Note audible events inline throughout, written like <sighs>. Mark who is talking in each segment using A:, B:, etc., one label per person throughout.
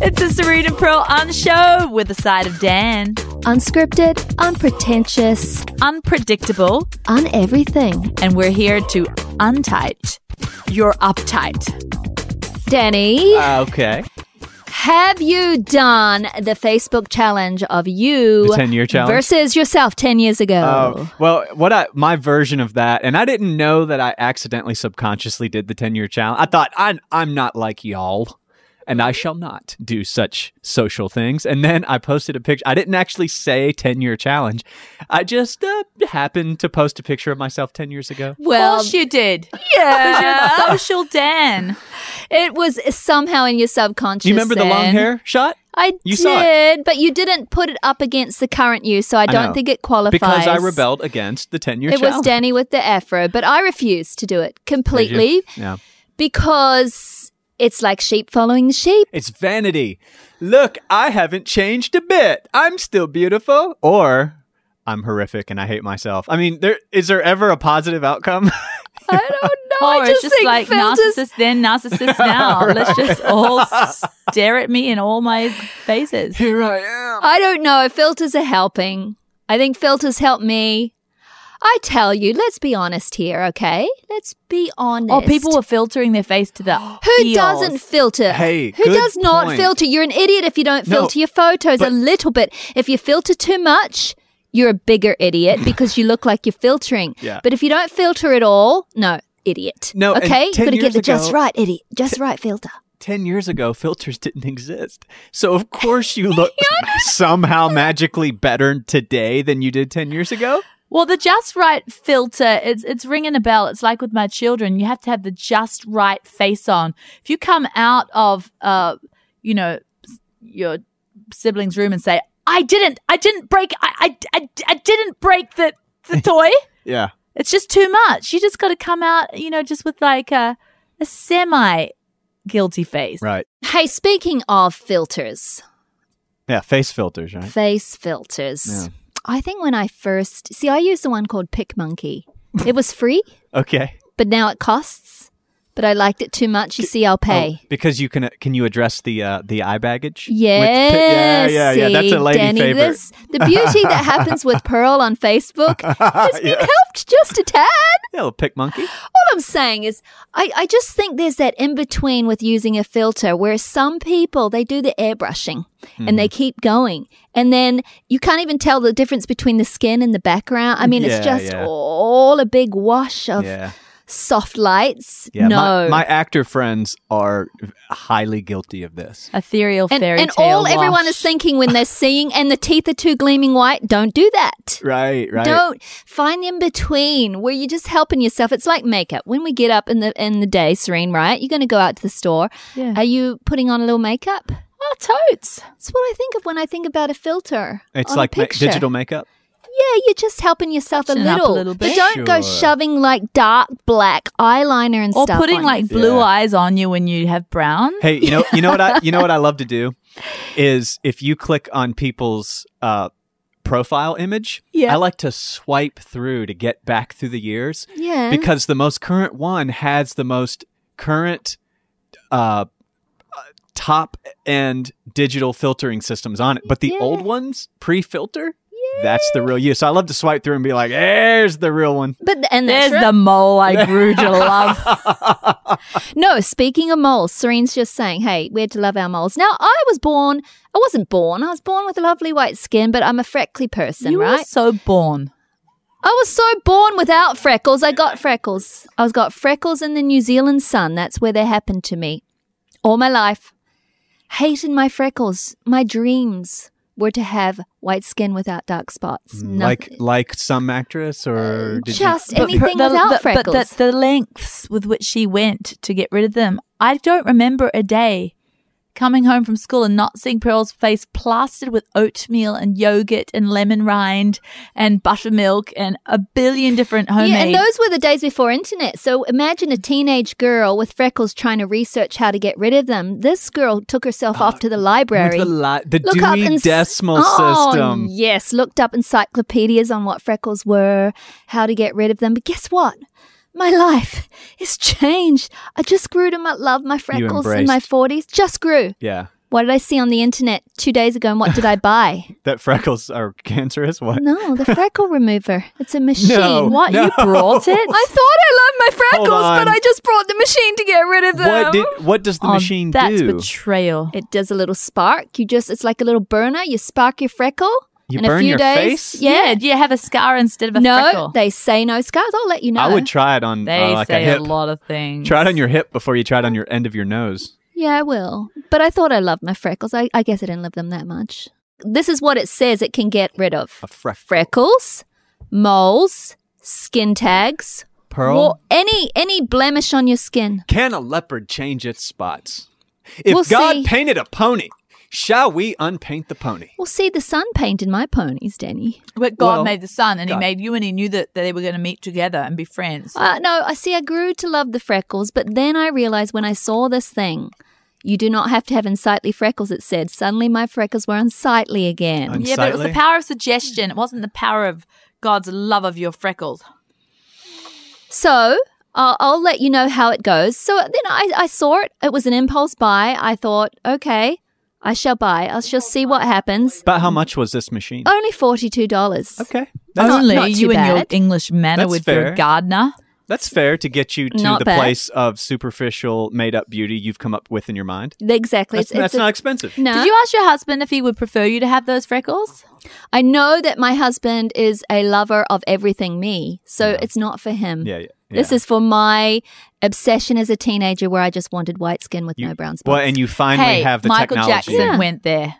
A: It's a Serena Pearl on show with a side of Dan.
B: Unscripted, unpretentious,
A: Unpredictable,
B: on everything.
A: and we're here to untight your uptight.
B: Danny, <laughs>
C: Ah, okay.
B: have you done the Facebook challenge of you
C: The 10-year challenge?
B: versus yourself 10 years ago?
A: <laughs>
C: Oh, well, what I my version of that, and I didn't know that I accidentally subconsciously did the 10 year challenge. I thought I'm I'm not like y'all, and I shall not do such social things. And then I posted a picture. I didn't actually say 10 year challenge. I just uh, happened to post a picture of myself 10 years ago.
B: Well,
A: course you
B: <laughs>
A: did.
B: yeah.
A: Social Dan.
B: it was somehow in your subconscious.
C: Do you remember the long
B: and-
C: hair shot?
B: I
C: You
B: did,
C: saw
B: but you didn't put it up against the current you, so I don't
C: know.
B: think it qualifies.
C: Because I rebelled against the 10 year
B: It
C: challenge.
B: was Danny with the afro, but I refused to do it completely
C: Yeah.
B: because it's like sheep following sheep.
C: It's vanity. Look, I haven't changed a bit. I'm still beautiful. Or I'm horrific and I hate myself. I mean, there is there ever a positive outcome? <laughs>
A: <laughs>
B: I don't know.
A: Or
B: I
A: Oh, it's
B: just,
A: just
B: think
A: like
B: Phil
A: narcissist
B: just-
A: then,
B: <laughs>
A: narcissist now. Let's just all stare at me in all my faces.
C: Here I am.
B: I don't know. Filters are helping. I think filters help me. I tell you, let's be honest here, okay? Let's be honest.
A: Oh, people were filtering their face to the
B: Who
A: eels.
B: doesn't filter?
C: Hey,
B: who
C: good
B: does not
C: point.
B: filter? You're an idiot if you don't
C: No,
B: filter your photos a
C: but-
B: little bit. If you filter too much, you're a bigger
C: <laughs>
B: idiot because you look like you're filtering.
C: Yeah.
B: But if you don't filter at all, no, idiot.
C: No, and
B: okay,
C: 10
B: got to
C: years
B: get the just
C: ago-
B: right idiot, just right filter.
C: 10 years ago, filters didn't exist. So, of
B: <laughs>
C: course, you look somehow magically better today than you did 10 years ago.
A: Well, the just right filter, it's, it's ringing a bell. It's like with my children, you have to have the just right face on. If you come out of, uh, you know, s- your sibling's room and say, I didn't, I didn't break, I, I, I, I didn't break the,
C: <laughs>
A: the toy.
C: Yeah.
A: It's just too much. You just got to come out, you know, just with like a, a semi guilty face.
C: Right.
B: Hey, speaking of filters,
C: Yeah. Face filters, right?
B: face filters.
C: Yeah.
B: I think when I first see, I used the one called Pick Monkey. It was free,
C: Okay.
B: but now it costs. But I liked it too much. You see, I'll pay.
C: Oh, because you can can you address the uh, the eye baggage? With pi-
B: Yes,
C: yeah, yeah, yeah. That's a
B: see,
C: lady
B: Danny,
C: favorite.
B: This, the beauty that happens
C: <laughs>
B: with Pearl on Facebook has been helped just a tad.
C: Yeah, little pick monkey.
B: All I'm saying is, I, I just think there's that in between with using a filter where some people they do the airbrushing and they
C: Mm-hmm.
B: keep going, and then you can't even tell the difference between the skin and the background. I mean, it's
C: Yeah,
B: just
C: yeah.
B: all a big wash of
C: Yeah.
B: soft lights.
C: Yeah,
B: no.
C: my, my actor friends are highly guilty of this.
A: Ethereal
B: and,
A: fairy
B: and
A: tale.
B: all everyone
A: wash.
B: is thinking when they're seeing, and the teeth are too gleaming white. Don't do that.
C: Right, right.
B: Don't find the in between where you're just helping yourself. It's like makeup. When we get up in the in the day, Serene, right? You're going to go out to the store.
A: Yeah.
B: Are you putting on a little makeup?
A: Oh, totes.
B: That's what I think of when I think about a filter.
C: it's
B: on
C: like
B: a
C: ma-
B: picture.
C: digital makeup.
B: Yeah, you're just helping yourself a
A: Touching it up a
B: little,
A: little
B: but
A: bit.
B: don't go
C: Sure.
B: shoving like dark black eyeliner and
A: Or
B: stuff.
A: putting
B: on
A: like
B: you.
A: blue
C: Yeah.
A: eyes on you when you have brown.
C: Hey, you know, you know what I, you know what I love to do is if you click on people's uh, profile image,
A: Yeah.
C: I like to swipe through to get back through the years
B: yeah,
C: because the most current one has the most current uh, uh, top end digital filtering systems on it, but the
B: Yeah.
C: old ones pre-filter. That's the real you. So I love to swipe through and be like, "There's the real one."
B: but the, and
A: There's
B: that's
A: the mole
B: <laughs>
A: I grew to love.
C: <laughs>
B: No, speaking of moles, Serene's just saying, hey, we had to love our moles. Now, I was born, I wasn't born, I was born with a lovely white skin, but I'm a freckly person,
A: you
B: right?
A: are so born.
B: I was so born without freckles. I got freckles. I was got freckles in the New Zealand sun. That's where they happened to me. All my life, hated my freckles. My dreams were to have white skin without dark spots.
C: Mm, like like some actress or did
B: just
C: you,
B: anything
A: the,
B: without
A: the-
B: freckles.
A: But the, the lengths with which she went to get rid of them, I don't remember a day coming home from school and not seeing Pearl's face plastered with oatmeal and yogurt and lemon rind and buttermilk and a billion different homemade.
B: Yeah, and those were the days before internet. So imagine a teenage girl with freckles trying to research how to get rid of them. This girl took herself off to the
C: With
B: library.
C: Ah, the, li- the
B: Look up
C: Dewey
B: and s-
C: Decimal
B: Oh,
C: System.
B: Yes, looked up encyclopedias on what freckles were, how to get rid of them. But guess what? My life <laughs> is changed. I just grew to my, love my freckles in my
C: embraced.
B: 40s. Just grew.
C: Yeah.
B: What did I see on the internet two days ago and what did I
C: <laughs>
B: buy?
C: That freckles are cancerous. What?
B: No, the freckle remover. It's a machine.
C: <laughs> No.
A: What? You
C: No.
A: brought
C: <laughs>
A: it?
B: I thought I loved my
C: Hold
B: freckles, but
C: on.
B: I just brought the machine to get rid of them.
C: What did? What does the
A: Oh,
C: machine
A: that's
C: do?
A: betrayal.
B: It does a little spark. You just, it's like a little burner. You spark your freckle.
C: You
B: in a
C: burn
B: few
C: your
B: days,
C: face?
A: Yeah.
B: Yeah.
A: do you have a scar instead of a
B: no,
A: freckle?
B: they say no scars. I'll let you know.
C: I would try it on
A: They
C: uh, like a
A: say a,
C: hip.
A: lot of things.
C: Try it on your hip before you try it on your end of your nose.
B: Yeah, I will. But I thought I loved my freckles. I, I guess I didn't love them that much. This is what it says it can get rid of
C: A freckle.
B: freckles, moles, skin tags,
C: Pearl.
B: or any any blemish on your skin.
C: Can a leopard change its spots? If
B: We'll
C: God
B: see.
C: painted a pony, shall we unpaint the pony?
B: Well, see, the sun painted my ponies, Danny.
A: But God
C: Well,
A: made the sun and
C: God.
A: He made you, and He knew that, that they were going to meet together and be friends.
B: Uh, no, I see. I grew to love the freckles, but then I realized when I saw this thing, you do not have to have unsightly freckles. It said. Suddenly, my freckles were unsightly again.
C: Un-
A: yeah, but it was the
C: unsightly.
A: power of suggestion. It wasn't the power of God's love of your freckles.
B: So I'll I'll let you know how it goes. So then I, I saw it. It was an impulse buy. I thought, okay, I shall buy. I shall see what happens.
C: About how much was this machine?
B: Only $42.
C: okay. That's,
A: Only
B: not too
A: you and your
B: bad.
A: English manner
C: That's
A: with your
C: fair.
A: gardener.
C: that's fair to get you to
B: Not
C: the
B: bad.
C: place of superficial, made up beauty you've come up with in your mind.
B: Exactly.
C: That's,
B: It's-
C: that's
B: it's a-
C: not expensive.
B: no.
A: Did you ask your husband if he would prefer you to have those freckles?
B: I know that my husband is a lover of everything me, so it's not for him.
C: Yeah, yeah.
B: This
C: yeah.
B: is for my obsession as a teenager where I just wanted white skin with
C: You-
B: no brown spots.
C: Well, and you finally
A: hey,
C: have the
A: Michael
C: technology.
A: Jackson went there.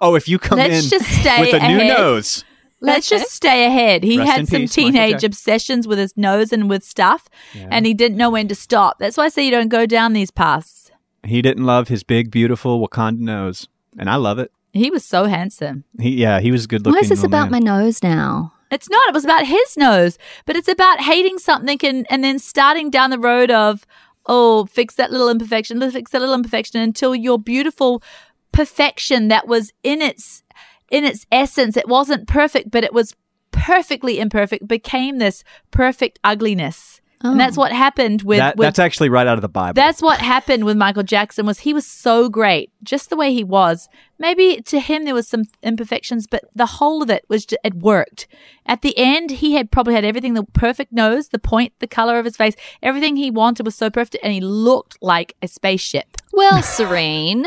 C: Oh, if you come
A: Let's
C: in
A: just stay
C: with a new
A: ahead.
C: nose,
A: Let's just stay ahead. He
C: Rest
A: had
C: in
A: some
C: peace, Michael
A: teenage
C: Jackson.
A: obsessions with his nose and with stuff, and he didn't know when to stop. That's why I say you don't go down these paths.
C: he didn't love his big, beautiful Wakanda nose, and I love it.
A: He was so handsome.
C: He, yeah, he was a good-looking.
B: Why is this
C: little
B: about
C: man.
B: my nose now?
A: It's not. It was about his nose, but it's about hating something and, and then starting down the road of, oh, fix that little imperfection, let's fix that little imperfection until your beautiful perfection that was in its in its essence, it wasn't perfect, but it was perfectly imperfect, became this perfect ugliness. And that's what happened with,
C: That-
A: with
C: that's actually right out of the Bible.
A: That's what happened with Michael Jackson was he was so great, just the way he was. Maybe to him there was some imperfections, but the whole of it was ju- it worked. At the end, he had probably had everything: the perfect nose, the point, the color of his face, everything he wanted was so perfect, and he looked like a spaceship.
B: Well, Serene,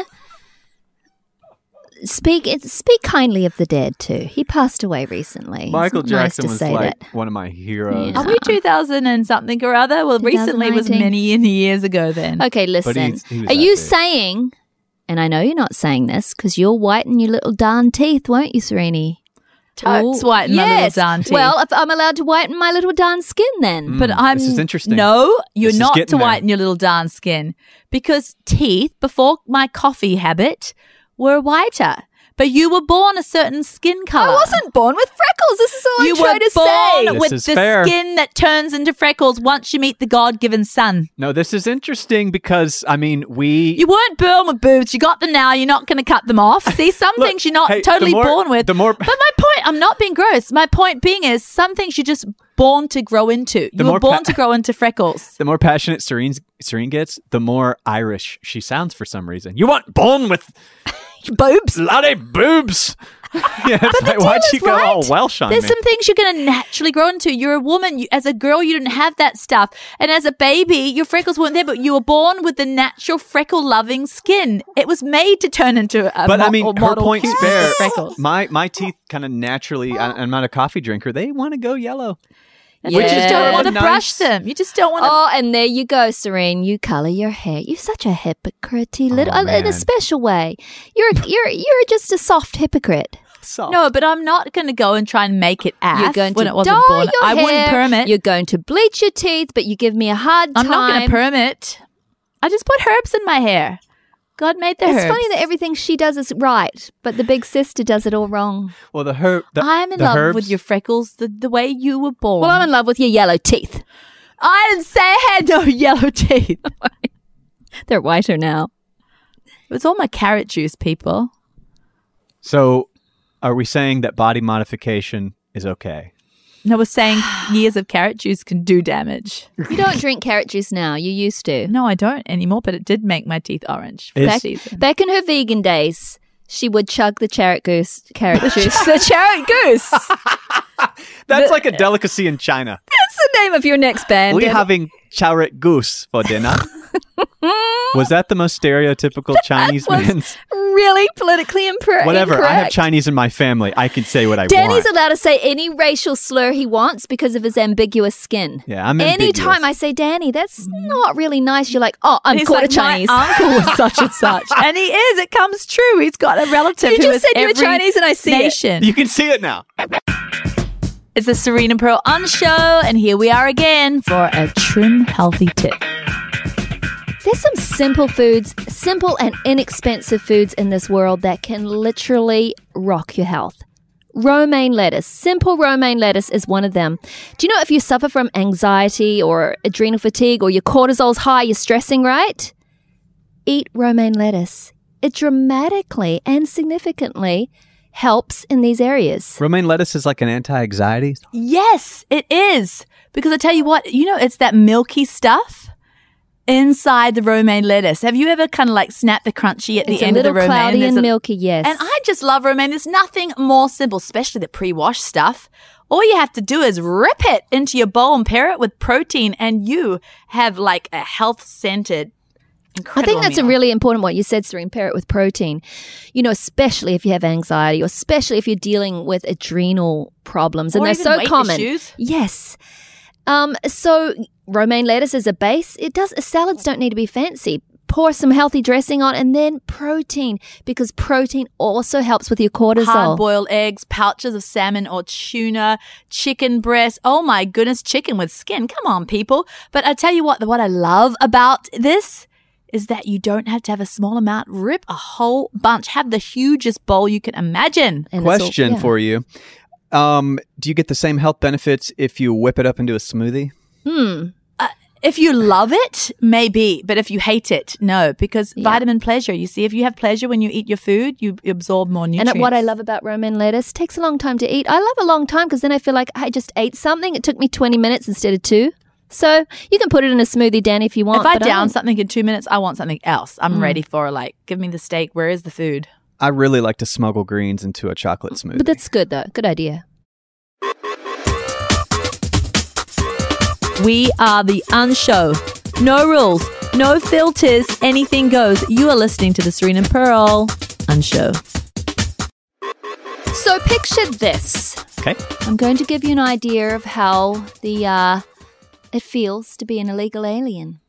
B: speak it- speak kindly of the dead too. He passed away recently.
C: Michael
B: It's not
C: Jackson
B: nice to
C: was
B: say
C: like
B: that.
C: one of my heroes.
B: Yeah.
A: Are we two thousand and something or other? Well, recently was
B: 2019.
A: many in years ago. Then
B: Okay, listen.
C: he's- he was
B: Are
C: that
B: you
C: big.
B: saying? And I know you're not saying this because you'll whiten your little darn teeth, won't you, Serene?
A: totes
B: Ooh,
A: white, and Oh, my
B: yes.
A: little Dante.
B: Well, if I'm allowed to whiten my little darn skin, then.
A: But I'm
C: Mm, this is interesting.
A: No, you're
C: This is
A: not to
C: getting there.
A: whiten your little darn skin because teeth before my coffee habit were whiter. But you were born a certain skin color.
B: I wasn't born with freckles. This is all
A: You
B: I'm trying
A: were
B: to say.
A: born
C: This
A: with
C: is
A: the
C: fair.
A: skin that turns into freckles once you meet the God-given sun.
C: No, this is interesting because I mean we
A: You weren't born with boobs. You got them now. You're not going to cut them
C: <laughs>
A: off. See, some
C: Look,
A: things you're not
C: hey, the
A: totally
C: more-
A: born with.
C: the more-
A: But my point, I'm not being gross. My point being is, some things you're just born to grow into. You were
C: more
A: born
C: pa-
A: to grow into freckles.
B: <laughs>
C: the more passionate Serene Serene gets, the more Irish she sounds for some reason. You weren't born with
A: boobs.
C: bloody boobs. <laughs> yeah, it's like, why'd
A: deal
C: you
A: is
C: go all
A: right.
C: Welsh on
A: There's
C: me?
A: some things you're going to naturally grow into. You're a woman. You, as a girl, you didn't have that stuff. And as a baby, your freckles weren't there, but you were born with the natural freckle loving skin. It was made to turn into a
C: but
A: mo-
C: I mean,
A: or
C: her
A: model
C: point's
A: cuteness
C: fair.
A: with freckles.
C: My my teeth kind of
A: <gasps>
C: naturally. I, I'm not a coffee drinker. They want to go yellow.
A: That's why You just don't
B: Yeah.
A: want to brush
C: Nice.
A: them. You just don't want to.
B: Oh, and there you go, Serene. You color your hair. You're such a hypocrite, little uh,
C: Oh,
B: in a
C: man.
B: special way. <laughs> You're you're you're just a soft hypocrite.
C: So
A: No, but I'm not going to go and try and make it ass
B: Oh. You're going
A: when
B: to
A: it wasn't
B: dye
A: born.
B: your
A: I wouldn't
B: hair.
A: permit.
B: You're going to bleach your teeth, but you give me a hard
A: I'm
B: time.
A: not going to permit. I just put herbs in my hair. God made the
B: It's
A: herbs.
B: funny that everything she does is right, but the big sister does it all wrong.
C: well, the herb. The,
A: I'm in
C: the
A: love
C: herbs,
A: with your freckles the, the way you were born.
B: Well, I'm in love with your yellow teeth.
A: I didn't say I had
B: <laughs>
A: no yellow teeth.
B: They're whiter now.
A: It was all my carrot juice, people.
C: So, are we saying that body modification is okay?
A: No, we're
B: <sighs>
A: saying years of carrot juice can do damage.
B: You don't drink carrot juice now. You used to.
A: No, I don't anymore, but it did make my teeth orange. for
C: It's-
A: that season.
B: Back in her vegan days, she would chug the carrot goose, carrot juice, <laughs> the carrot goose. That's
C: That's like a delicacy in China.
B: the name of your next band.
C: we
B: Ed.
C: having charrot goose
B: <laughs>
C: for dinner. Was that the most stereotypical Chinese
B: was
C: man's?
B: really politically impre-
C: Whatever.
B: incorrect.
C: I have Chinese in my family. I can say what I
B: Danny's
C: want.
B: allowed to say any racial slur he wants because of his ambiguous skin.
C: yeah, I'm ambiguous.
B: Anytime I say Danny, that's not really nice. You're like, oh,
A: <laughs>
B: I'm
A: He's
B: quarter
A: like,
B: Chinese.
A: My uncle was such
B: <laughs>
A: and such, and he is. It comes true. He's got a relative
B: you
A: who
B: just
A: is
B: said you were
A: every
B: Chinese, and I see it.
A: nation.
C: You can see it now.
A: It's the Serena Pearl on show, and here we are again for a trim, healthy tip.
B: There's some simple foods, simple and inexpensive foods in this world that can literally rock your health. Romaine lettuce, simple romaine lettuce is one of them. Do you know if you suffer from anxiety or adrenal fatigue or your cortisol's high, you're stressing, right? Eat romaine lettuce. It dramatically and significantly helps in these areas.
C: Romaine lettuce is like an anti-anxiety.
A: Yes, it is. Because I tell you what, you know, it's that milky stuff inside the romaine lettuce. Have you ever kind of like snapped the crunchy at
B: It's
A: the
B: a
A: end of the romaine?
B: little cloudy
A: There's
B: and
A: a-
B: milky, yes.
A: And I just love romaine. There's nothing more simple, especially the pre-wash stuff. All you have to do is rip it into your bowl and pair it with protein, and you have like a health-centered.
B: I
A: Incredible
B: think that's a
A: meal.
B: really important one. You said, Serene, pair it with protein. You know, especially if you have anxiety or especially if you're dealing with adrenal problems. And
A: Or
B: they're
A: even
B: so
A: weight
B: common.
A: issues.
B: Yes. Um, so romaine lettuce is a base. It does salads don't need to be fancy. Pour some healthy dressing on and then protein because protein also helps with your cortisol.
A: hard-boiled eggs, pouches of salmon or tuna, chicken breast. Oh my goodness, chicken with skin. Come on, people. But I tell you what, what I love about this is that you don't have to have a small amount. Rip a whole bunch. Have the hugest bowl you can imagine.
B: And it's all-
C: Question
B: yeah.
C: for you. Um, do you get the same health benefits if you whip it up into a smoothie?
B: Hmm.
A: If you love it, maybe, but if you hate it, no, because vitamin pleasure. You see, if you have pleasure when you eat your food, you absorb more nutrients.
B: And what I love about romaine lettuce takes a long time to eat. I love a long time because then I feel like I just ate something. It took me 20 minutes instead of two. So you can put it in a smoothie, Dan, if you want.
A: If I
B: but
A: down
B: don't.
A: something in two minutes, I want something else. I'm
B: Mm.
A: ready for like, give me the steak. Where is the food?
C: I really like to smuggle greens into a chocolate smoothie.
B: but that's good though. Good idea.
A: We are the Unshow. No rules, no filters, anything goes. You are listening to the Serena Pearl Unshow.
B: So picture this.
C: okay.
B: I'm going to give you an idea of how the uh, it feels to be an illegal alien.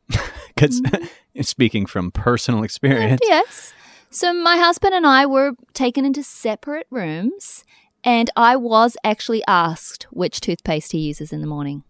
C: Because <laughs> speaking from personal experience,
B: <laughs> Yes. So my husband and I were taken into separate rooms, and I was actually asked which toothpaste he uses in the morning.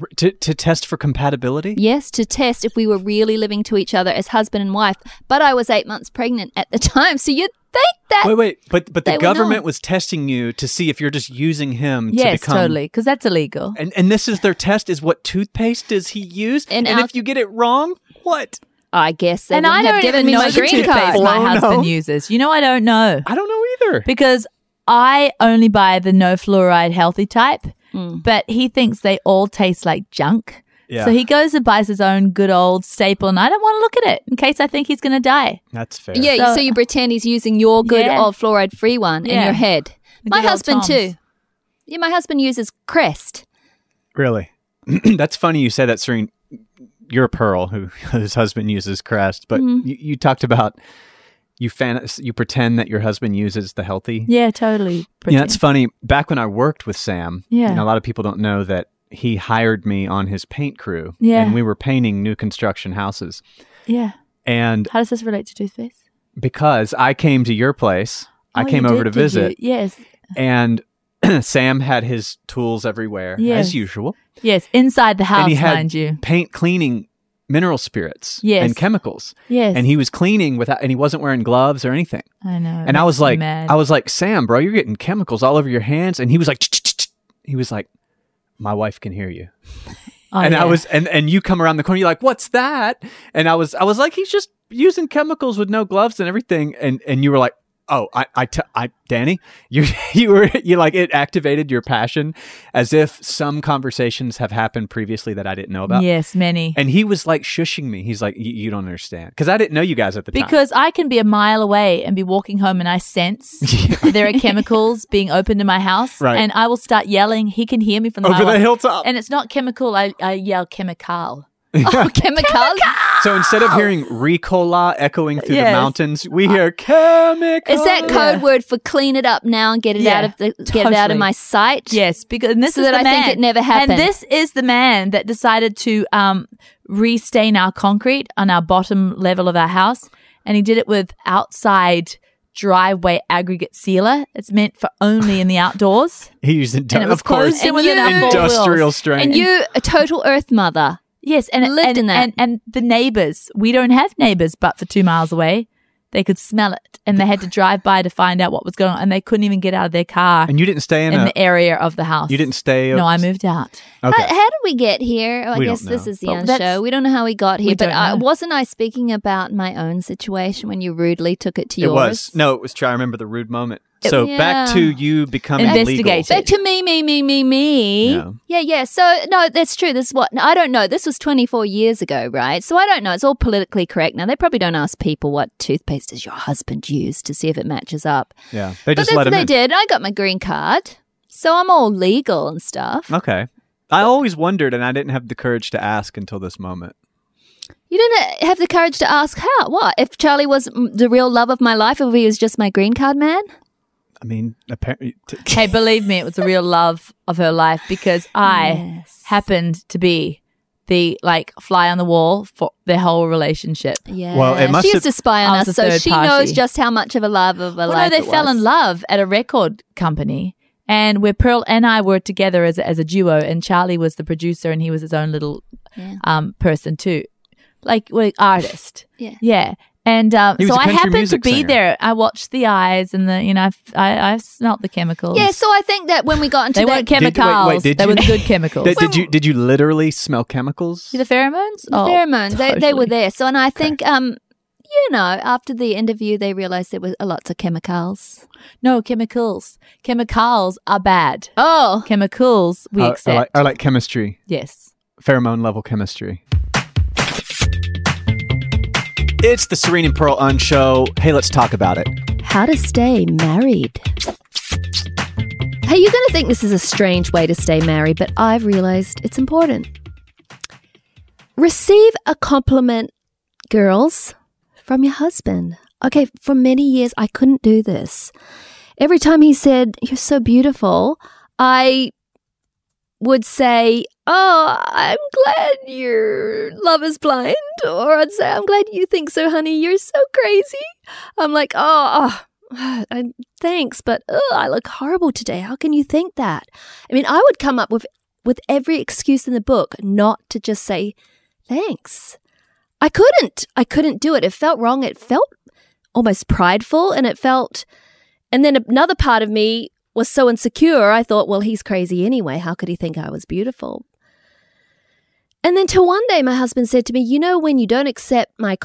C: r- to, to test for compatibility?
B: Yes, to test if we were really living to each other as husband and wife. But I was eight months pregnant at the <laughs> time, so you'd think that.
C: Wait, wait, but but
B: They
C: the
B: will
C: government
B: know.
C: was testing you to see if you're just using him to
A: Yes,
C: become
A: totally, because that's illegal.
C: And and this is their test is what toothpaste does he use?
B: And
C: And,
B: our-
C: if you get it wrong, what?
B: I guess they
A: and
B: wouldn't
A: I
B: have
A: don't
B: given
A: even
B: me
A: know
B: my
A: the
B: green
A: toothpaste
B: card.
A: my
C: Oh,
A: husband
C: no.
A: uses. You know, I don't know
C: I don't know either.
A: because I only buy the no fluoride healthy type,
B: Mm.
A: but he thinks they all taste like junk.
C: Yeah.
A: So he goes and buys his own good old staple, and I don't want to look at it in case I think he's going to die.
C: That's fair.
B: Yeah,
A: So-
B: so, you pretend he's using your good
A: Yeah.
B: old fluoride free one in
A: Yeah.
B: your head.
A: The
B: my
A: good old
B: husband,
A: Tom's.
B: too. Yeah, my husband uses
C: <laughs>
B: Crest. <laughs>
C: Really. <clears throat> That's funny you say that, Serene. You're a pearl who <laughs> whose husband uses Crest, but
B: Mm-hmm.
C: you, you talked about you fan you pretend that your husband uses the healthy
A: Yeah, totally.
C: Yeah, it's funny. Back when I worked with Sam,
A: Yeah.
C: and a lot of people don't know that he hired me on his paint crew.
A: Yeah.
C: And we were painting new construction houses.
A: yeah.
C: And
A: How does this relate to toothpaste?
C: because I came to your place, I
A: Oh,
C: came
A: you
C: over
A: did,
C: to
A: did
C: visit,
A: you? Yes,
C: and <clears throat> Sam had his tools everywhere,
A: Yes.
C: as usual.
A: yes, inside the house,
C: and he had
A: mind you.
C: paint cleaning mineral spirits
A: Yes.
C: and chemicals.
A: Yes,
C: And he was cleaning without, and he wasn't wearing gloves or anything.
A: I know. it
C: and I
A: makes
C: was
A: me
C: like,
A: mad.
C: I was like, Sam, bro, you're getting chemicals all over your hands. And he was like, "Ch-ch-ch-ch." he was like, my wife can hear you.
A: Oh,
C: and
A: yeah.
C: I was, and and you come around the corner, you're like, what's that? And I was, I was like, he's just using chemicals with no gloves and everything. And and you were like, oh, I, I, t- I, Danny, you, <laughs> you were, you like, it activated your passion as if some conversations have happened previously that I didn't know about.
A: yes, many.
C: And he was like shushing me. He's like, "You- you don't understand. Cause I didn't know you guys at the time.
A: Because I can be a mile away and be walking home and I
C: <laughs>
A: sense that there are chemicals being opened in my house.
C: Right.
A: And I will start yelling. He can hear me from the
C: Over
A: mile
C: the
A: away.
C: hilltop.
A: And it's not chemical. I, I yell chemical.
B: Oh, chemical.
C: so instead of hearing Ricola echoing through the
A: Yes.
C: mountains, we hear chemical.
B: Is that
A: Yeah.
B: code word for clean it up now and get it out
A: Yeah,
B: of the get it out of
A: totally.
B: my sight?
A: Yes, because and this
B: So
A: is
B: that
A: the
B: I
A: man.
B: think it never happened.
A: And this is the man that decided to um, restain our concrete on our bottom level of our house, and he did it with outside driveway aggregate sealer. It's meant for only in the outdoors.
C: He used
A: And it was
C: of course,
A: closed in within our four
C: industrial
A: walls.
C: strength.
B: And you, a total earth mother.
A: Yes, and
B: Lived
A: and,
B: in that.
A: and and the neighbors. We don't have neighbors, but for two miles away, they could smell it, and they had to drive by to find out what was going on, and they couldn't even get out of their car
C: And you didn't stay in,
A: in
C: a.
A: the area of the house.
C: you didn't stay.
A: No, I moved out.
C: Okay.
B: How, how did we get here? Oh, I
C: We don't
B: guess this
C: know.
B: is the
A: But
B: end
A: that's-
B: show. We don't know how we got here,
A: We
B: but
A: don't
B: I,
A: know.
B: wasn't I speaking about my own situation when you rudely took it to
C: It
B: yours?
C: was no. It was. Try. I remember the rude moment. So back
B: Yeah.
C: to you becoming
A: Investigate
C: legal.
A: it.
B: Back to me, me, me, me, me.
C: Yeah.
B: Yeah, yeah. So no, that's true. This is what I don't know. This was 24 years ago, right? So I don't know. It's all politically correct now. They probably don't ask people what toothpaste does your husband use to see if it matches up.
C: Yeah, they
B: but
C: just
B: that's
C: let
B: what
C: him
B: they
C: in.
B: did. I got my green card, so I'm all legal and stuff.
C: Okay. I always wondered, and I didn't have the courage to ask until this moment.
B: You didn't have the courage to ask how. What if Charlie was mm, the real love of my life? If he was just my green card man?
C: I mean, apparently, t-
A: hey, believe me, it was a real love of her life because I
B: Yes.
A: happened to be the like fly on the wall for their whole relationship.
B: Yeah.
C: Well, it must
B: she
C: have-
B: used to spy on
A: I was
B: us,
A: the
B: so
A: third
B: she
A: party.
B: knows just how much of a love of a
A: Well, no,
B: life
A: they
B: it
A: fell
B: was.
A: in love at a record company, and where Pearl and I were together as as a duo, and Charlie was the producer, and he was his own little
B: Yeah.
A: um person too, like we artist.
B: Yeah.
A: yeah. And um,
C: He was
A: so
C: a
A: I
C: country
A: happened to
C: music
A: be
C: singer.
A: there. I watched the eyes and the, you know, I've, I, I've smelt the chemicals.
B: Yeah, so I think that when we got into
A: They
B: that
A: weren't chemicals.
C: did
A: they
C: you-
A: were
C: <laughs>
A: the good chemicals.
C: did, did you did you literally smell chemicals?
A: See the pheromones?
B: the pheromones, they, they were
A: oh, totally.
B: there. So, and I think, um, you know, after the interview, they realized there was a lots of chemicals.
A: No, chemicals. Chemicals are bad.
B: Oh,
A: Chemicals we
C: I- I
A: accept.
C: like, I like chemistry,
A: yes.
C: pheromone level chemistry. It's the Serene and Pearl Un Show. Hey, let's talk about it.
B: how to stay married. Hey, you're going to think this is a strange way to stay married, but I've realized it's important. Receive a compliment, girls, from your husband. Okay, for many years, I couldn't do this. Every time he said, You're so beautiful, I would say, Oh, I'm glad your love is blind. Or I'd say, I'm glad you think so, honey. You're so crazy. I'm like, oh, oh <sighs> I- thanks, but ugh, I look horrible today. How can you think that? I mean, I would come up with with every excuse in the book not to just say thanks. I couldn't. I couldn't do it. It felt wrong. It felt almost prideful, and it felt. And then another part of me was so insecure. I thought, well, he's crazy anyway. How could he think I was beautiful? And then till one day, my husband said to me, "You know, when you don't accept my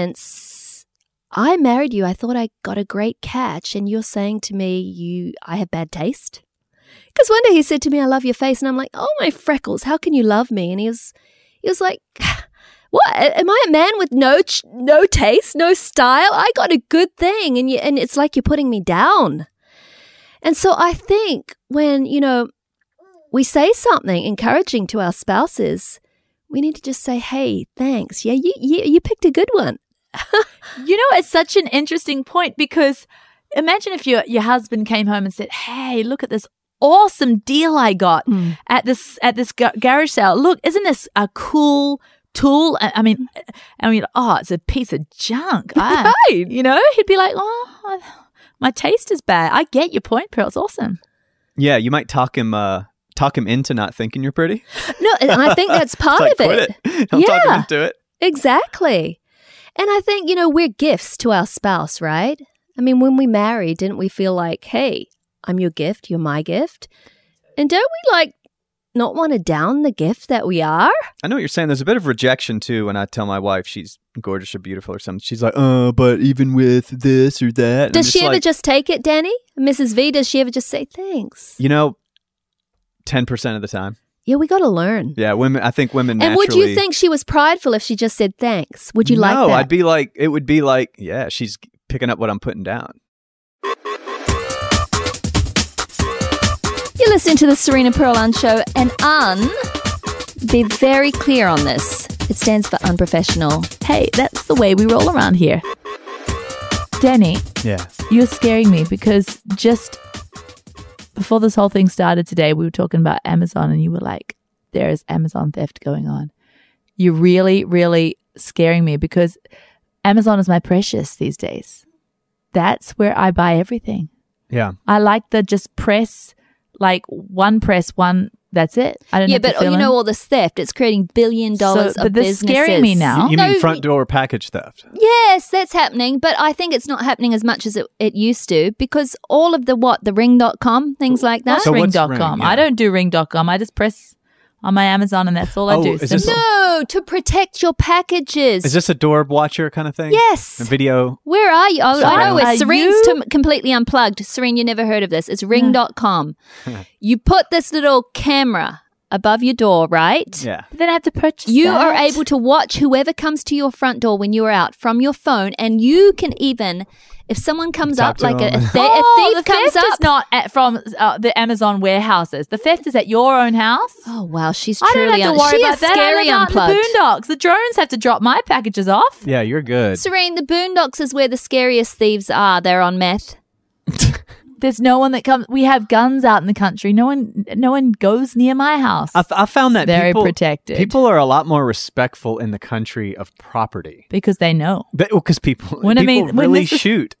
B: compliments, I married you. I thought I got a great catch, and you're saying to me, "You, I have bad taste." Because one day he said to me, "I love your face," and I'm like, "Oh my freckles! How can you love me?" And he was, he was like, <sighs> "What? A- Am I a man with no ch- no taste, no style? I got a good thing, and you, and it's like you're putting me down." And so I think when you know we say something encouraging to our spouses, we need to just say, "Hey, thanks. Yeah, you you, you picked a good one."
A: You know, it's such an interesting point because imagine if your your husband came home and said, "Hey, look at this awesome deal I got
B: <laughs>
A: at this at this ga- garage sale. Look, isn't this a cool tool? I, I mean, I mean, oh, it's a piece of junk. I,
B: Right.
A: You know, he'd be like, "Oh, I- my taste is bad. I get your point, Pearl. It's awesome."
C: Yeah, you might talk him uh, talk him into not thinking you're pretty.
B: No, and I think
C: <laughs>
B: that's part
C: It's
B: of
C: like,
B: it. <laughs>
C: "Quit it. Don't talk him
B: Yeah.
C: into it.
B: Exactly. And I think, you know, we're gifts to our spouse, right? I mean, when we marry, didn't we feel like, hey, I'm your gift, you're my gift? And don't we like not want to down the gift that we are?
C: I know what you're saying. There's a bit of rejection too when I tell my wife she's gorgeous or beautiful or something. She's like, uh, but even with this or that. and
B: Does
C: I'm
B: she ever
C: like,
B: just take it, Danny? Mrs. V, does she ever just say thanks?
C: You know, ten percent of the time.
B: Yeah, we got to learn.
C: Yeah, women. I think women.
B: and would you
C: naturally-
B: think she was prideful if she just said thanks? Would you like
C: no,
B: that?
C: I'd be like, it would be like, yeah, she's picking up what I'm putting down.
B: You're listening to the Serena Pearlan Show, and un, be very clear on this. It stands for unprofessional.
A: Hey, that's the way we roll around here. Danny,
C: Yeah.
A: you're scaring me because just before this whole thing started today, we were talking about Amazon and you were like, there is Amazon theft going on. You're really, really scaring me because Amazon is my precious these days. That's where I buy everything.
C: Yeah.
A: I like the just press, like one press, one, that's it. I don't
B: Yeah,
A: have to
B: but oh, uh,
A: fill
B: you
A: in.
B: know all this theft. It's creating billion dollars
A: So-
B: of
A: but this is
B: businesses.
A: scaring me now.
C: You
B: No,
C: mean front door package theft?
B: Yes, that's happening, but I think it's not happening as much as it, it used to because all of the what, the ring.com, things like that.
A: That's
C: So what's
A: ring.com.
C: Ring? Yeah.
A: I don't do ring.com. I just press on my Amazon and that's all
C: Oh,
A: I do.
C: is this-
A: Simple.
B: no, to protect your packages.
C: Is this a door watcher kind of thing?
B: Yes.
C: A video.
B: Where are you? Oh, I know
A: Where
B: it's
A: are
B: Serene's
A: you?
B: to completely unplugged. Serene, you never heard of this.
A: <laughs>
B: It's ring.com. you put this little camera above your door, right?
C: Yeah.
A: But then I have to purchase
B: You
A: that.
B: are able to watch whoever comes to your front door when you're out from your phone, and you can even, if someone comes
C: Talk
B: up,
C: to
B: like a, a,
C: them.
B: thie-
A: <laughs> oh,
B: a thief
A: the
B: comes
A: theft
B: up.
A: is not at, from uh, the Amazon warehouses. The theft is at your own house.
B: oh wow, she's
A: I don't
B: truly
A: have
B: un-
A: to worry
B: she
A: about
B: is
A: that. I
B: scary
A: live out in
B: unplugged.
A: the boondocks. The drones have to drop my packages off.
C: Yeah, you're good.
B: Serene, the boondocks is where the scariest thieves are. They're on meth.
A: There's no one that comes. We have guns out in the country. No one, no one goes near my house.
C: I, I found that
A: Very
C: people,
A: protected.
C: People are a lot more respectful in the country of property
A: because they know.
C: because people
A: When I
C: people
A: mean- when
C: really
A: this is-
C: shoot.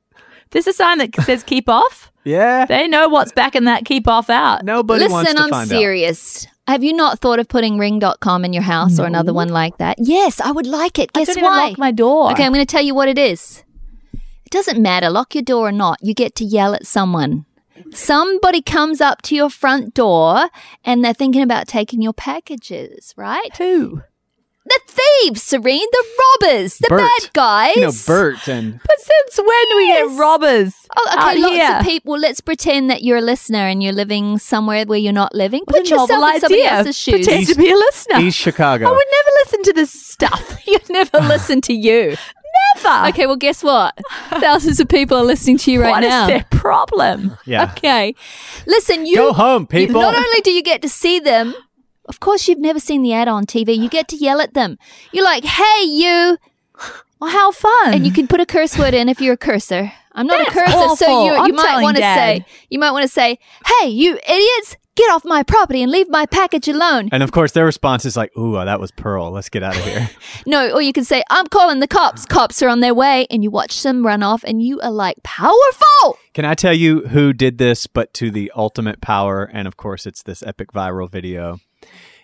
A: There's a sign that says keep off.
C: Yeah,
A: They know what's back in that keep off out.
C: nobody wants
B: Listen,
C: to
B: I'm
C: find
B: serious. Have you not thought of putting ring.com in your house or another one like that? Yes, I would like it.
A: I
B: Guess
A: don't even
B: why?
A: lock my door.
B: Okay, I'm going to tell you what it is. It doesn't matter, lock your door or not. You get to yell at someone. Somebody comes up to your front door and they're thinking about taking your packages, right?
A: Who?
B: The thieves, Serene, the robbers, the
C: Bert.
B: bad
C: out.
B: guys.
C: You know, Bert and
A: But since when do we get robbers?
B: Oh, okay.
A: out
B: lots
A: here?
B: of people. Well, let's pretend that you're a listener and you're living somewhere where you're not living.
A: What
B: Put
A: a
B: yourself
A: novel
B: in somebody
A: idea.
B: else's shoes.
A: Pretend to be a listener.
C: East Chicago.
A: I would never listen to this stuff. <laughs>
B: You'd <laughs> never listen to you.
A: Never.
B: Okay, well,
A: <laughs>
B: guess what? Thousands of people are listening to you right
A: Ah. What is
B: now.
A: their problem?
C: yeah,
B: Okay. Listen, you
C: go home, people.
B: Not only do you get to see them, of course, you've never seen the ad on TV. You get to yell at them. You're like, hey, you.
A: Well, how fun.
B: And you can put a curse word in if you're a cursor. I'm not a
A: That's
B: cursor, so
A: awful.
B: you, you
A: I'm
B: might
A: telling
B: want to
A: Dad.
B: say, you might want to say, hey, you idiots, get off my property and leave my package
C: <laughs>
B: alone.
C: and of course, their response is like, "Ooh, that was Pearl. Let's get out of
A: <laughs>
C: here."
B: No, or you can say, I'm calling the cops. Cops are on their way. And you watch them run off and you are like, powerful.
C: Can I tell you who did this, but to the ultimate power? And of course, it's this epic viral video.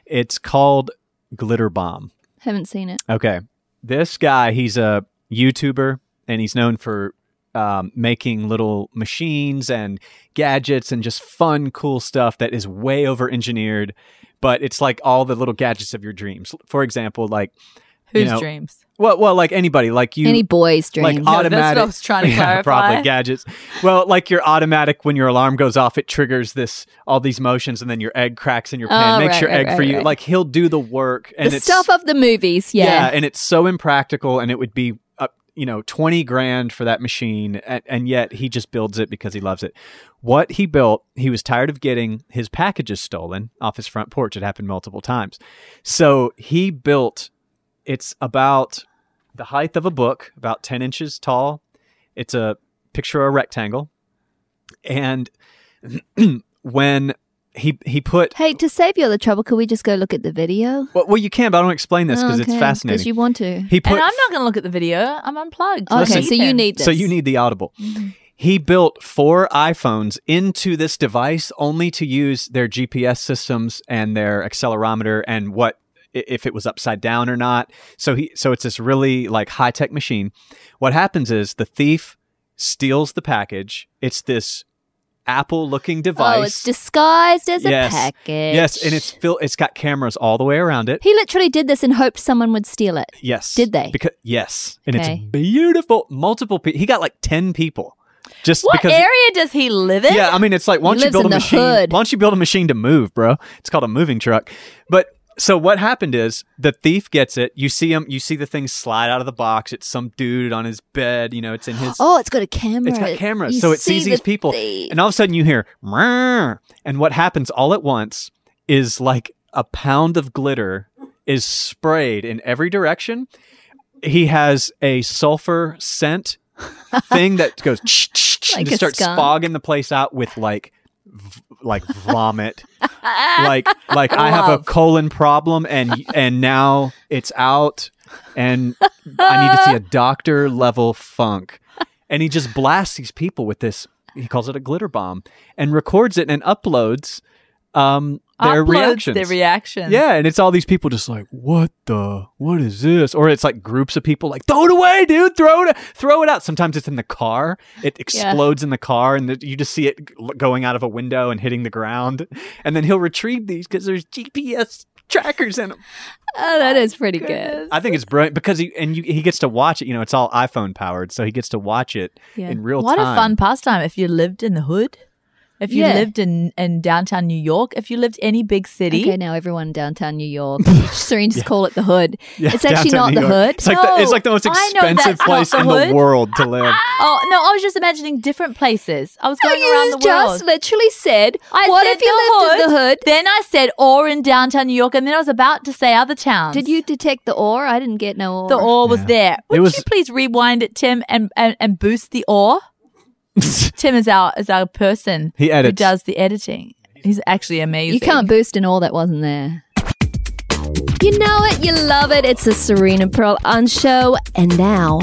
C: It's called Glitter Bomb.
B: Haven't seen it.
C: Okay. This guy, he's a YouTuber and he's known for um, making little machines and gadgets and just fun, cool stuff that is way over engineered, but it's like all the little gadgets of your dreams. For example, like,
A: Whose
C: you know- <laughs>
A: dreams?
C: well, well, like anybody, like you. <laughs>
B: Any boy's
C: like uh,
A: No,
B: dream.
A: that's what I
C: automatic,
A: was trying to
C: <laughs> Yeah,
A: clarify.
C: probably gadgets. Well, like your automatic when your alarm goes off, it triggers this all these motions, and then your egg cracks in your pan,
B: Oh,
C: makes
B: right,
C: your
B: right,
C: egg
B: right,
C: for you.
B: right.
C: Like he'll do the work, and
B: the
C: it's
B: stuff of the movies.
C: yeah.
B: Yeah.
C: and it's so impractical and it would be up you know 20 grand for that machine and, and yet he just builds it because he loves it what he built he was tired of getting his packages stolen off his front porch it happened multiple times so he built it's about the height of a book about 10 inches tall it's a picture of a rectangle and <clears throat> when he he put
B: Hey, to save you all the trouble, could we just go look at the video?
C: well, well you can but i don't explain this because it's fascinating
B: Because you want to.
C: he put
A: And I'm not going to look at the video. I'm unplugged.
B: Okay,
C: Listen,
B: so you need this.
C: So you need the Audible.
B: Mm-hmm.
C: He built four iPhones into this device only to use their GPS systems and their accelerometer and what i- if it was upside down or not. So he so it's this really like high-tech machine. What happens is the thief steals the package. It's this Apple looking device.
B: Oh, it's disguised as
C: Yes.
B: a package.
C: yes, and it's fil- it's got cameras all the way around it.
B: He literally did this and hoped someone would steal it.
C: Yes.
B: Did they?
C: Because yes, and
B: Okay.
C: it's beautiful. Multiple people. He got like ten people. Just
A: What
C: because.
A: area does he live in?
C: Yeah, I mean, it's like once
B: He
C: you
B: lives
C: build a
B: in the
C: machine,
B: hood.
C: once you build a machine to move, bro. It's called a moving truck. But so what happened is the thief gets it. You see him. You see the thing slide out of the box. It's some dude on his bed. You know, it's in his.
B: Oh, it's got a camera.
C: It's got cameras,
B: You
C: so it
B: see
C: sees these
B: the
C: people,
B: thief.
C: and all of a sudden you hear "Rrrr," and what happens all at once is like a pound of glitter is sprayed in every direction. He has a sulfur
B: <laughs>
C: scent thing that goes
B: Like
C: and
B: a
C: just starts
B: skunk.
C: fogging the place out with like v- like
B: <laughs>
C: vomit like like I have a
A: Love.
C: colon problem and and now it's out and I need to
B: <laughs>
C: see a doctor level funk. And he just blasts these people with this he calls it a glitter bomb and records it and uploads um their
A: Uploads
C: reactions.
A: Their reactions.
C: yeah, and it's all these people just like, what the, what is this? Or it's like groups of people like, throw it away, dude, throw it, throw it out. Sometimes it's in the car, it explodes in the car, and the, you just see it g- going out of a window and hitting the ground. And then he'll retrieve these because there's GPS trackers in them.
B: Oh, that is pretty good.
A: Goodness.
C: I think it's brilliant because he and you, he gets to watch it. You know, it's all iPhone powered, so he gets to watch it
B: Yeah.
C: in real
A: what
C: time.
A: a fun pastime if you lived in the hood. If you
B: Yeah.
A: lived in, in downtown New York, if you lived any big city,
B: Okay, now everyone in downtown New York,
C: <laughs>
B: Serene just call it the hood.
C: Yeah,
B: it's actually
C: downtown
B: not
C: New
B: the
C: York.
B: hood.
C: It's like the, it's like the most
A: No, I know
C: expensive
A: that's not
C: place
A: the
C: in the
A: hood.
C: world to live.
A: <laughs> Oh no, I was just imagining different places. I was going around
B: you
A: the world.
B: just literally said,
A: I
B: "What
A: said
B: if you
A: the
B: lived in the hood?"
A: Then I said or in downtown New York, and then I was about to say other towns.
B: Did you detect the ore? I didn't get no ore.
A: The or was
C: Yeah.
A: there. Would
C: was-
A: you please rewind it, Tim, and, and, and boost the or? Tim is our is our person
C: he edits.
A: who does the editing. He's actually amazing.
B: You can't boost an ore that wasn't there. You know it, you love it. It's a Serena Pearl on show. And now,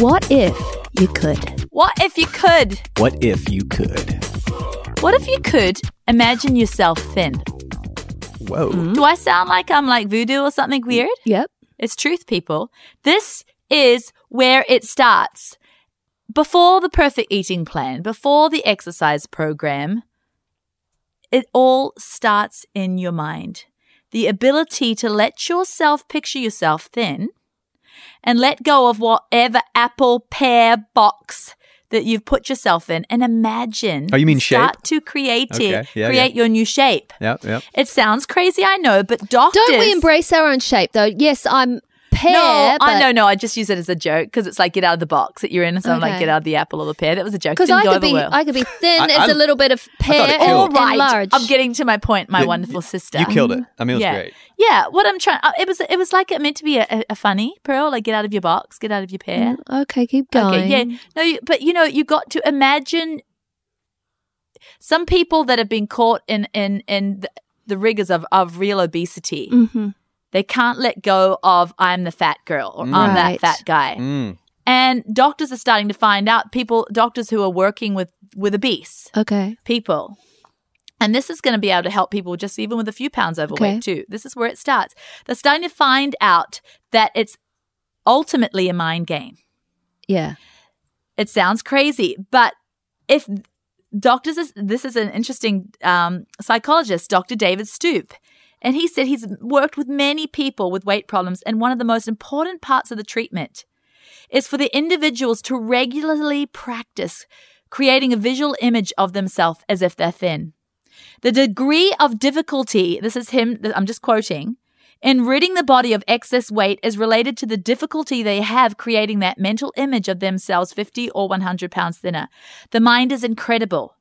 B: what if you could?
A: What if you could?
C: What if you could?
A: What if you could imagine yourself thin?
C: Whoa.
A: Do I sound like I'm like voodoo or something weird?
B: Yep.
A: It's truth, people. This is where it starts. Before the perfect eating plan, before the exercise program, it all starts in your mind. The ability to let yourself picture yourself thin and let go of whatever apple pear box that you've put yourself in and imagine.
C: Oh, you mean shape?
A: start to creating,
C: Okay. Yeah,
A: create your new shape.
C: Yep, yep.
A: It sounds crazy, I know, but doctors.
B: Don't we embrace our own shape, though? Yes, I'm pear.
A: No, I
B: but-
A: no, no. I just use it as a joke because it's like get out of the box that you're in, and so I'm like
B: Okay.
A: get out of the apple or the pear. That was a joke.
B: Because
A: Didn't
B: I
A: go
B: could
A: over
B: be,
A: well. <laughs>
B: I could be thin
C: I-
B: as
C: I-
B: a little bit of
C: thought
B: pear
C: it
B: and
A: All
C: killed.
A: right,
B: large.
A: I'm getting to my point, my
C: You-
A: wonderful sister.
C: You killed it. I mean, it was
A: yeah,
C: great.
A: yeah. What I'm trying, uh, it was, it was like it meant to be a, a, a funny pearl, like get out of your box, get out of your pear.
B: Okay, keep going.
A: Okay, yeah. No, you, but you know, you got to imagine some people that have been caught in in in the, the rigors of of real obesity.
B: Mm-hmm.
A: They can't let go of I'm the fat girl or I'm that
B: Right.
A: fat guy.
C: Mm.
A: And doctors are starting to find out people, doctors who are working with with obese
B: Okay.
A: people. And this is going to be able to help people just even with a few pounds overweight too. This is where it starts. They're starting to find out that it's ultimately a mind game.
B: Yeah.
A: It sounds crazy, but if doctors, is, this is an interesting um, psychologist, Dr. David Stoop. And he said he's worked with many people with weight problems, and one of the most important parts of the treatment is for the individuals to regularly practice creating a visual image of themselves as if they're thin. The degree of difficulty, this is him, I'm just quoting, in ridding the body of excess weight is related to the difficulty they have creating that mental image of themselves 50 or 100 pounds thinner. The mind is incredible.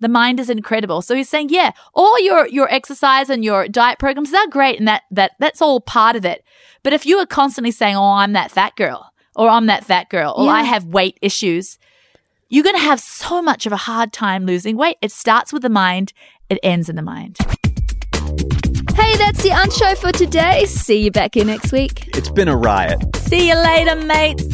A: The mind is incredible. So he's saying, yeah, all your your exercise and your diet programs are great, and that that that's all part of it. But if you are constantly saying, "Oh, I'm that fat girl," or "I'm that fat girl," or "I
B: Yeah.
A: have weight issues," you're going to have so much of a hard time losing weight. It starts with the mind. It ends in the mind.
B: Hey, that's the Unshow for today. See you back here next week.
C: It's been a riot.
A: See you later, mates.